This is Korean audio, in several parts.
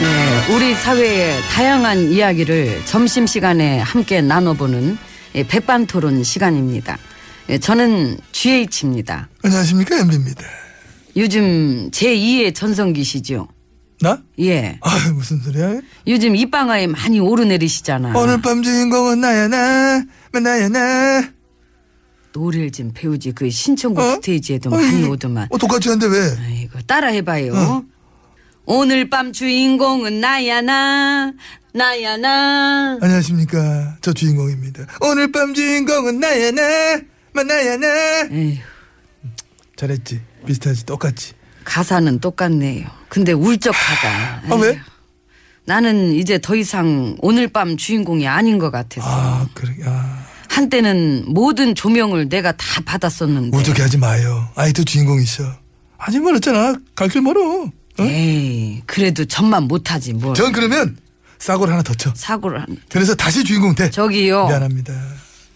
네, 우리 사회의 다양한 이야기를 점심시간에 함께 나눠보는 예, 백반토론 시간입니다. 예, 저는 GH입니다. 안녕하십니까 엠비입니다. 요즘 제2의 전성기시죠. 나? 예. 아 무슨 소리야? 요즘 입방아에 많이 오르내리시잖아. 오늘 밤 주인공은 나야 나, 나야 나. 노래를 좀 배우지. 그 신청곡 어? 스테이지에도 어, 많이 이게- 오더만. 네. 어 똑같이 한데 왜? 아이고 따라해봐요. 오늘 밤 주인공은 나야 나 나야 나 안녕하십니까 저 주인공입니다. 오늘 밤 주인공은 나야 나, 나야 나. 에휴, 잘했지 비슷하지 똑같지. 가사는 똑같네요. 근데 울적하다. 아 왜? 나는 이제 더 이상 오늘 밤 주인공이 아닌 것 같아서 아 그래 아 한때는 모든 조명을 내가 다 받았었는데 우적해 하지 마요. 아이도 주인공이셔. 아직 멀었잖아 갈 길 멀어. 어? 에이 그래도 전만 못하지 뭘 전 그러면 싸구려 하나 더 쳐. 사고를 한 그래서 다시 주인공 돼. 저기요 미안합니다.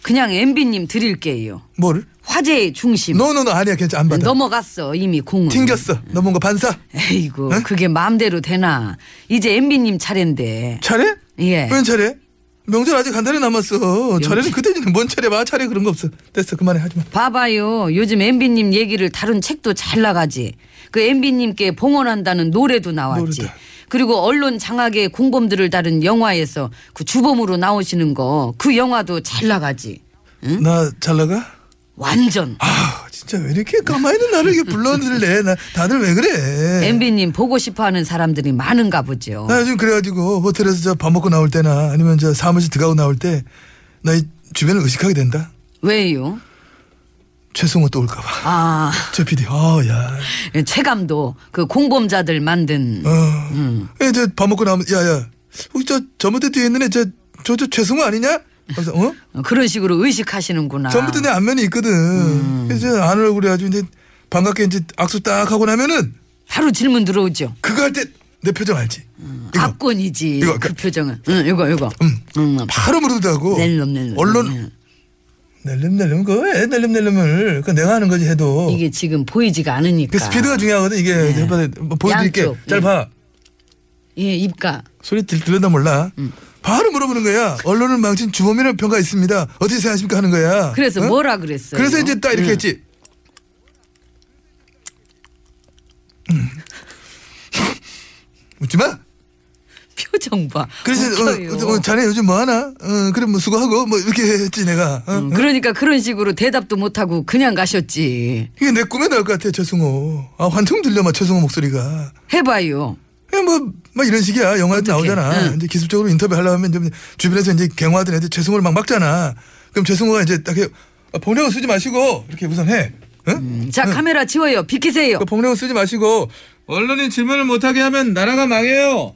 그냥 MB님 드릴게요 뭐를? 화제의 중심 너너너 아니야 괜찮아 안 받아. 넘어갔어 이미 공은 튕겼어. 넘은 거 반사. 에이구 응? 그게 마음대로 되나 이제 MB님 차례인데 차례? 예 웬 차례? 명절 아직 한 달이 남았어. 차례는 그때지는 뭔 차례 봐. 차례 그런 거 없어. 됐어. 그만해. 하지 마. 봐봐요 요즘 MB님 얘기를 다룬 책도 잘 나가지 그 MB님께 봉헌한다는 노래도 나왔지 노래다. 그리고 언론 장악의 공범들을 다룬 영화에서 그 주범으로 나오시는 거 그 영화도 잘 나가지 나 잘 나가? 완전 아, 진짜 왜 이렇게 가만히 있는 나를 이렇게 불러들래? 나 다들 왜 그래? MB님 보고 싶어하는 사람들이 많은가 보죠 나 요즘 그래가지고 호텔에서 저 밥 먹고 나올 때나 아니면 저 사무실 들어가고 나올 때 나 이 주변을 의식하게 된다. 왜요? 최승호 또 올까봐. 아 저 PD, 아, 야. 최감도 예, 그 공범자들 만든 어. 예, 저 밥 먹고 나오면, 야, 야. 혹시 저 저번에 뒤에 있는 애, 저, 저, 저 최승호 아니냐? 그래서, 어? 그런 식으로 의식하시는구나 전부터 내 안면이 있거든. 음. 그래서 안 얼굴이 아주 이제 반갑게 이제 악수 딱 하고 나면은 바로 질문 들어오죠 그거 할 때 내 표정 알지? 음. 이거 압권이지 이거, 그 그- 표정은 응 이거 이거 음. 응. 바로 물으더라고. 낼름 음. 낼름 언론 응. 낼름 낼름 그애 낼름 낼름을 그 내가 하는 거지 해도 이게 지금 보이지가 않으니까. 네. 그 스피드가 중요하거든 이게 해봐야 돼. 뭐 보여드릴게. 양쪽, 잘 예. 봐. 예, 입가. 소리 들, 들렸나 몰라. 음. 바로 물어보는 거야. 언론을 망친 주범이라는 평가 있습니다. 어떻게 생각하십니까 하는 거야. 그래서 어? 뭐라 그랬어요? 그래서 이제 딱 이렇게 했지. 음. 웃지 마. 표정 봐. 그래서 웃겨요. 어, 어, 자네 요즘 뭐 하나? 어, 그래 뭐 수고하고 뭐 이렇게 했지 내가. 어? 음, 그러니까 그런 식으로 대답도 못 하고 그냥 가셨지. 이게 내 꿈에 나올 것 같아 최승호. 아 환청 들려 막 최승호 목소리가. 해봐요. 그냥 뭐, 막 이런 식이야. 영화에도 나오잖아. 이제 기습적으로 인터뷰 하려면 이제 주변에서 이제 갱화하던 애들 최승호를 막 막잖아. 그럼 최승호가 이제 딱 해. 아, 폭력은 쓰지 마시고 이렇게 우선 해. 응? 자 카메라 지워요. 비키세요. 그 폭력은 쓰지 마시고 언론인 질문을 못하게 하면 나라가 망해요.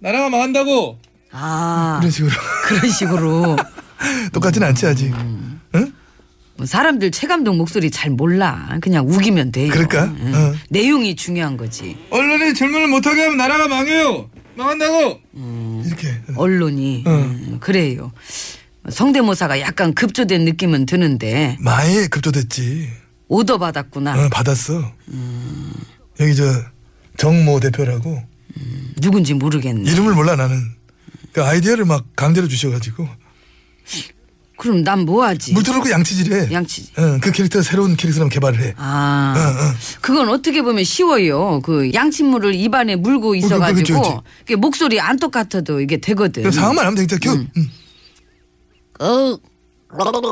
나라가 망한다고. 아 이런 식으로 그런 식으로 똑같진 않지 아직. 응? 뭐 사람들 최감독 목소리 잘 몰라. 그냥 우기면 돼요. 그럴까? 음, 어. 내용이 중요한 거지. 언론인 질문을 못하게 하면 나라가 망해요. 망한다고. 이렇게. 어. 언론이 음, 그래요. 성대모사가 약간 급조된 느낌은 드는데 많이 급조됐지. 오더 받았구나. 어, 받았어. 여기 저 정모 대표라고 누군지 예. 모르겠네. 이름을 몰라 나는. 그 아이디어를 막 강제로 주셔가지고 그럼 난 뭐하지? 물 틀어놓고 양치질해. 양치질. 응, 그 캐릭터 새로운 캐릭터를 개발을 해. 어, 아, 그건 어떻게 보면 쉬워요. 그 양치물을 입안에 물고 그쵸, 있어가지고 그쵸. 이게 목소리 안 똑같아도 이게 되거든. 그럼 상황만 하면 음. 되겠다. 큐. 응. 어,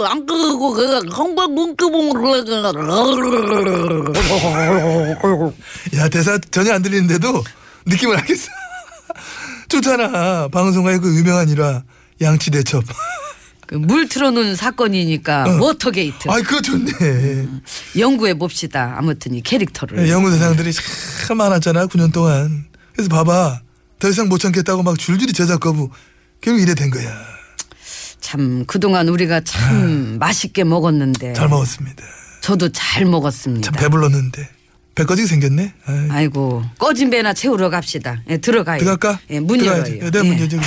안 끄고 그냥 한번 문끄봉으 야 대사 전혀 안 들리는데도 느낌을 알겠어. 좋잖아. 방송가의 그 유명한 일화 양치 대첩. 그물 틀어놓은 사건이니까 워터게이트. 아이 그거 좋네. 연구해 봅시다. 아무튼 이 캐릭터를. 네, 영웅 대상들이 참 많았잖아 9년 동안. 그래서 봐봐 더 이상 못 참겠다고 막 줄줄이 제작 거부. 결국 이래 된 거야. 참 그동안 우리가 참 맛있게 먹었는데. 아. 잘 먹었습니다. 저도 잘 먹었습니다. 참 배불렀는데 배까지 생겼네. 아이, 아이고 꺼진 배나 채우러 갑시다. 예, 들어가요. 들어갈까? 예, 문 들어가야지. 열어요. 내가 문 예. 열지.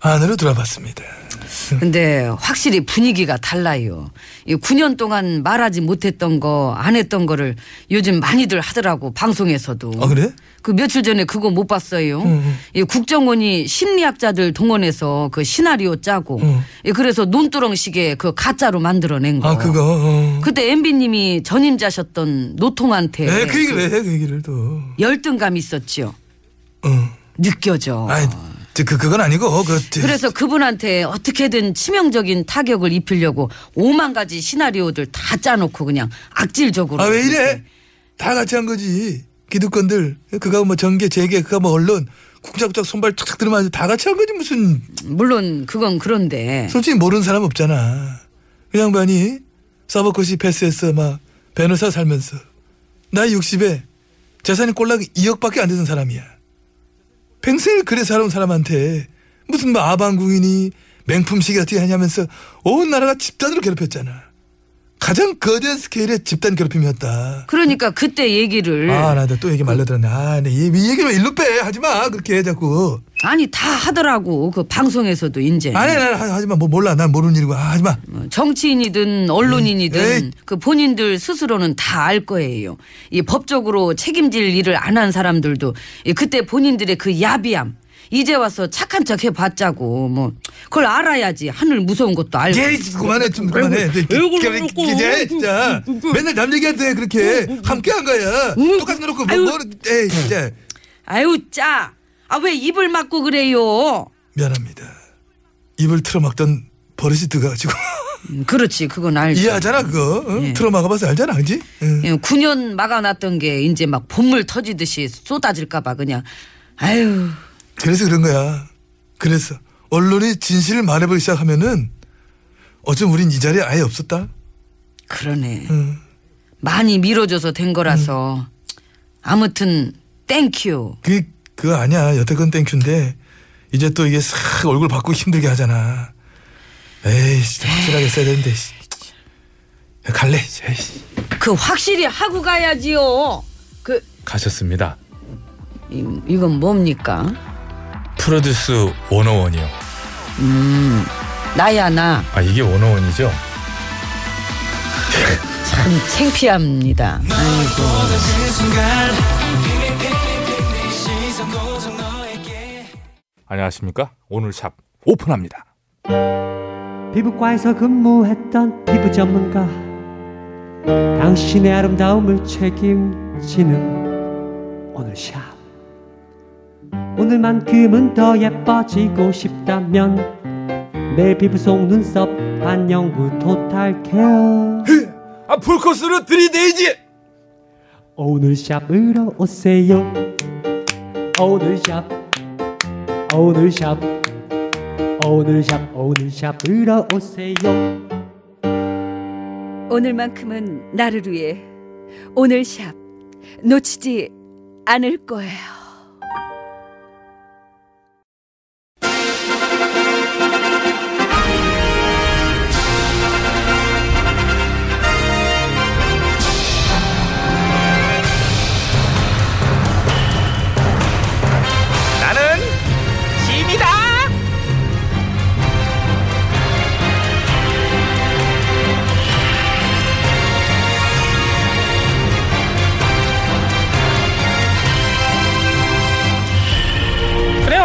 안으로 들어봤습니다. 근데 확실히 분위기가 달라요. 이 9년 동안 말하지 못했던 거, 안 했던 거를 요즘 많이들 하더라고 방송에서도. 아, 그래? 그 며칠 전에 그거 못 봤어요. 음. 이 국정원이 심리학자들 동원해서 그 시나리오 짜고, 예, 그래서 논두렁식의 그 가짜로 만들어낸 거. 음. 아 그거. 어. 그때 MB님이 전임자셨던 노통한테 네, 그 얘기를 왜 해, 그 얘기를 또. 열등감 있었지요. 응. 느껴져. 아니, 저, 그, 그건 아니고, 그, 저, 그래서 그분한테 어떻게든 치명적인 타격을 입히려고 오만 가지 시나리오들 다 짜놓고 그냥 악질적으로. 아, 왜 이래? 다 같이 한 거지. 기득권들. 그가 뭐 정계, 재계, 그가 뭐 언론. 쿵짝쿵짝 손발 착착 들으면 다 같이 한 거지. 무슨, 물론 그건 그런데 솔직히 모르는 사람 없잖아. 그 양반이 서버코시 패스했어. 막, 변호사 살면서. 나이 60에 재산이 꼴랑 2억밖에 안 되는 사람이야. 평생을 그래 살아온 사람한테 무슨 뭐 아방궁이니 맹품식이 어떻게 하냐면서 온 나라가 집단으로 괴롭혔잖아. 가장 거대한 스케일의 집단 괴롭힘이었다. 그러니까 그때 얘기를 아, 나 또 얘기 말려들었네. 아, 네, 이, 이 얘기를 왜 일로 빼. 하지 마. 그렇게 해, 자꾸. 아니 다 하더라고 그 방송에서도 이제 아니, 아니, 아니, 하지 마. 뭐 몰라. 난 모르는 일이고. 아, 하지 마. 뭐 정치인이든 언론인이든 음, 에이. 그 본인들 스스로는 다 알 거예요. 이 법적으로 책임질 일을 안 한 사람들도 이 그때 본인들의 그 야비함 이제 와서 착한 척 해봤자고 뭐 그걸 알아야지 하늘 무서운 것도 알고. 예, 그만해 좀 그만해. 이제 이제 진짜 맨날 남 얘기한테 그렇게 함께 한 거야. 똑같이 놓고 뭐, 뭐 에이, 진짜 아유 짜. 아 왜 입을 막고 그래요? 미안합니다. 입을 틀어막던 버릇이 들어가지고 음, 그렇지 그건 알죠. 이해하잖아 그거. 응? 틀어막아봐서 알잖아, 그지? 응. 예, 9년 막아놨던 게 이제 막 봄물 터지듯이 쏟아질까봐 그냥 아유 그래서 그런 거야. 그래서 언론이 진실을 말해보기 시작하면은 어쩜 우린 이 자리에 아예 없었다. 그러네. 응. 많이 밀어줘서 된 거라서 아무튼 땡큐. 그게 그거 아니야. 여태껏 땡큐인데 이제 또 이게 싹 얼굴 바꾸기 힘들게 하잖아. 에이, 진짜 확실하게 써야 되는데. 씨. 야, 갈래. 에이, 그 확실히 하고 가야지요. 그 가셨습니다. 이, 이건 뭡니까? 프로듀스 101이요. 나야 나. 아, 이게 101이죠? 참 창피합니다. 안녕하십니까? 오늘 샵 오픈합니다. 피부과에서 근무했던 피부 전문가 당신의 아름다움을 책임지는 오늘 샵 오늘만큼은 더 예뻐지고 싶다면 내 피부 속 눈썹 반영구 토탈 케어 아 풀코스로 들이대지. 오늘 샵으로 오세요 오늘 샵 오늘 샵 오늘 샵 오늘 샵으로 오세요 오늘만큼은 나를 위해 오늘 샵 놓치지 않을 거예요. 나는 짐이다.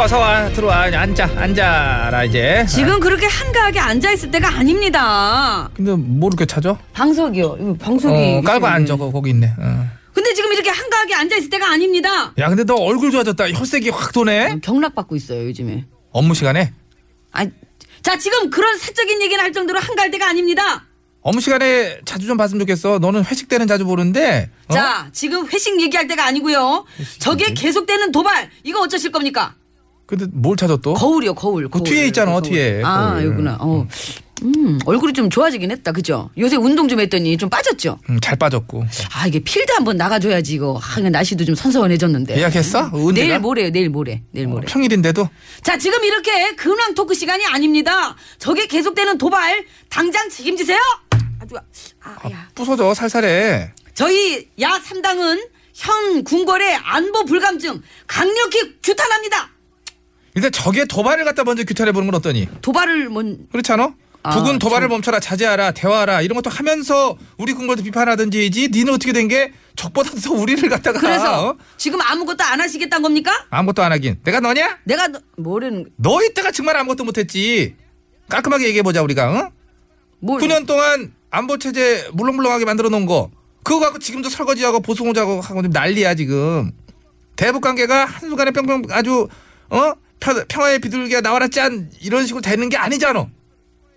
어서 와 들어와 앉아 앉아라 이제 지금 그렇게 한가하게 앉아 있을 때가 아닙니다. 근데 뭐 이렇게 찾아? 방석이요. 이거 방석이. 어, 깔고 있어요. 앉아 거- 거기 있네 어. 근데 지금 이렇게 한가하게 앉아 있을 때가 아닙니다. 야 근데 너 얼굴 좋아졌다 혈색이 확 도네 경락 받고 있어요 요즘에. 업무 시간에 아, 자 지금 그런 사적인 얘기를 할 정도로 한가할 때가 아닙니다. 업무 시간에 자주 좀 봤으면 좋겠어 너는 회식 때는 자주 보는데 어? 자 지금 회식 얘기할 때가 아니고요. 저게 계속되는 도발 이거 어쩌실 겁니까? 근데 뭘 찾아 또? 거울이요 거울. 거울. 어? 그 뒤에 있잖아, 뒤에. 아 거울. 여구나. 어. 음 얼굴이 좀 좋아지긴 했다 그죠? 요새 운동 좀 했더니 좀 빠졌죠? 음, 잘 빠졌고 아 이게 필드 한번 나가줘야지 이거. 아, 이거 날씨도 좀 선선해졌는데. 예약했어? 언제가? 네. 내일 뭐 모레요 내일 모레 어. 내일 모레. 평일인데도 자 지금 이렇게 근황 토크 시간이 아닙니다. 저게 계속되는 도발 당장 책임지세요. 아주 아야. 부서져 살살해 저희 야 3당은 현 궁궐의 안보 불감증 강력히 규탄합니다. 일단 적의 도발을 갖다 먼저 규탄해보는 건 어떠니? 도발을 뭔 그렇지 않아? 아, 북은 도발을 멈춰라, 자제하라, 대화하라 이런 것도 하면서 우리 군걸도 비판하든지 이지 니는 어떻게 된 게 적보다 더 우리를 갖다가 그래서 어? 지금 아무것도 안 하시겠다는 겁니까? 아무것도 안 하긴 내가 너냐? 내가 너- 뭐라는 너 이때가 정말 아무것도 못했지 깔끔하게 얘기해보자 우리가 응? 뭘 9년 동안 안보체제 물렁물렁하게 만들어 놓은 거 그거 갖고 지금도 설거지하고 보수공작하고 하고 지금 난리야 지금 대북관계가 한순간에 뿅뿅 아주 어? 평- 평화의 비둘기가 나와라 짠 이런 식으로 되는 게 아니잖아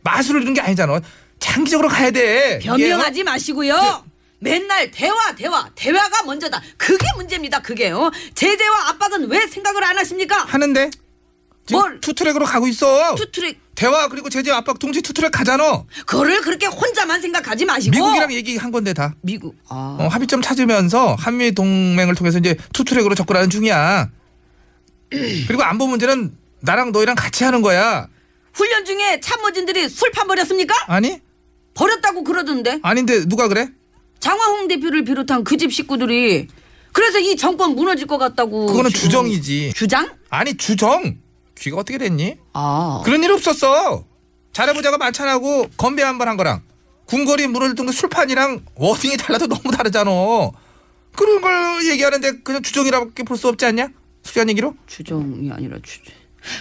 마술을 이런 게 아니잖아 장기적으로 가야 돼 이게, 어? 변명하지 마시고요. 예. 맨날 대화 대화 대화가 먼저다. 그게 문제입니다. 그게 요 제재와 압박은 왜 생각을 안 하십니까? 하는데 지금 뭘? 투트랙으로 가고 있어 투트랙 뭐? 대화 그리고 제재 압박 동시 투트랙 가잖아 그거를 그렇게 혼자만 생각하지 마시고 미국이랑 얘기한 건데 다 미국 아 어, 합의점 찾으면서 한미 동맹을 통해서 이제 투트랙으로 접근하는 중이야. 그리고 안보 문제는 나랑 너희랑 같이 하는 거야. 훈련 중에 참모진들이 술판 버렸습니까? 아니? 버렸다고 그러던데 아닌데 누가 그래? 장화홍 대표를 비롯한 그 집 식구들이 그래서 이 정권 무너질 것 같다고 그거는 지금- 주정이지. 주장? 아니 주정. 귀가 어떻게 됐니? 아 그런 일 없었어. 잘해보자가 만찬하고 건배 한 번 한 거랑 궁궐이 물을 뜬 술판이랑 워딩이 달라도 너무 다르잖아. 그런 걸 얘기하는데 그냥 주정이라고밖에 볼 수 없지 않냐? 숙연 얘기로? 주정이 아니라 주제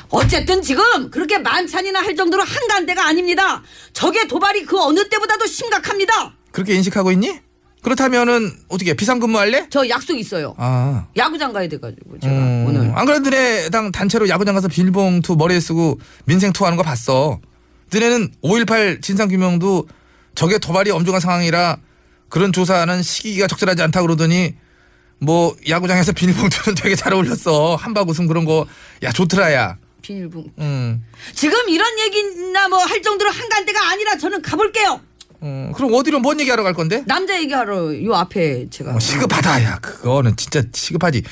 어쨌든 지금 그렇게 만찬이나 할 정도로 한가한 데가 아닙니다 적의 도발이 그 어느 때보다도 심각합니다 그렇게 인식하고 있니? 그렇다면은 어떻게 비상근무할래? 저 약속 있어요 아 야구장 가야 돼가지고 제가 음, 오늘 안 그래도 너네당 단체로 야구장 가서 비닐봉투 머리에 쓰고 민생 투하는 거 봤어. 너네는 5.18 진상규명도 적의 도발이 엄중한 상황이라 그런 조사는 시기가 적절하지 않다 그러더니 뭐 야구장에서 비닐봉투는 되게 잘 어울렸어. 한박 웃음 그런 거 야 좋더라야. 비닐봉 음, 지금 이런 얘기나 뭐 할 정도로 한가한 데가 아니라 저는 가볼게요 음, 그럼 어디로 뭔 얘기하러 갈 건데? 남자 얘기하러 요 앞에 제가 어, 시급하다 야 그거는 진짜 시급하지.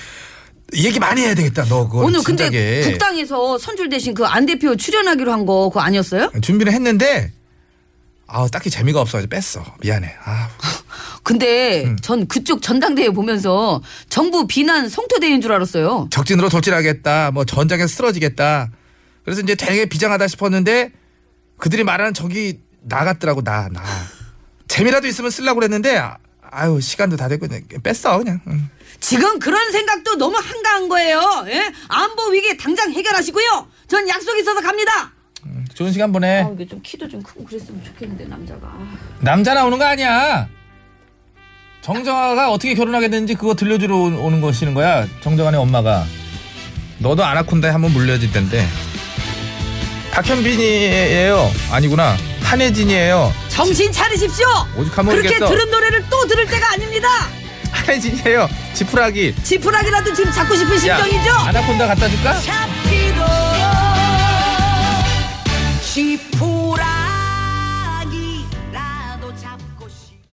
얘기 많이 해야 되겠다 너 그거 오늘 근데 진작에. 국당에서 선출 대신 그 안 대표 출연하기로 한 거 그거 아니었어요? 준비를 했는데 아 딱히 재미가 없어가지고 뺐어 미안해 아 근데 음. 전 그쪽 전당대회 보면서 정부 비난 성토대회인 줄 알았어요. 적진으로 돌진하겠다 뭐 전장에서 쓰러지겠다 그래서 이제 되게 비장하다 싶었는데 그들이 말하는 적이 나갔더라고 나 나 재미라도 있으면 쓰려고 그랬는데 아, 아유 시간도 다 됐고 그냥 뺐어 그냥 응. 지금 그런 생각도 너무 한가한 거예요. 예? 안보 위기 당장 해결하시고요. 전 약속 있어서 갑니다. 아, 좋은 시간 보내 이게 좀 키도 좀 크고 그랬으면 좋겠는데 남자가. 남자 나오는 거 아니야 정정아가 어떻게 결혼하게 됐는지 그거 들려주러 온- 오는 것이는 거야 정정아의 엄마가 너도 아나콘다에 한번 물려질 텐데 박현빈이에요 아니구나 한혜진이에요 정신 차리십시오. 오죽 하면 그렇게 모르겠어. 들은 노래를 또 들을 때가 아닙니다. 한혜진이에요 지푸라기 지푸라기라도 지금 잡고 싶은 야, 심정이죠? 아나콘다 갖다 줄까? 잡히도록 지푸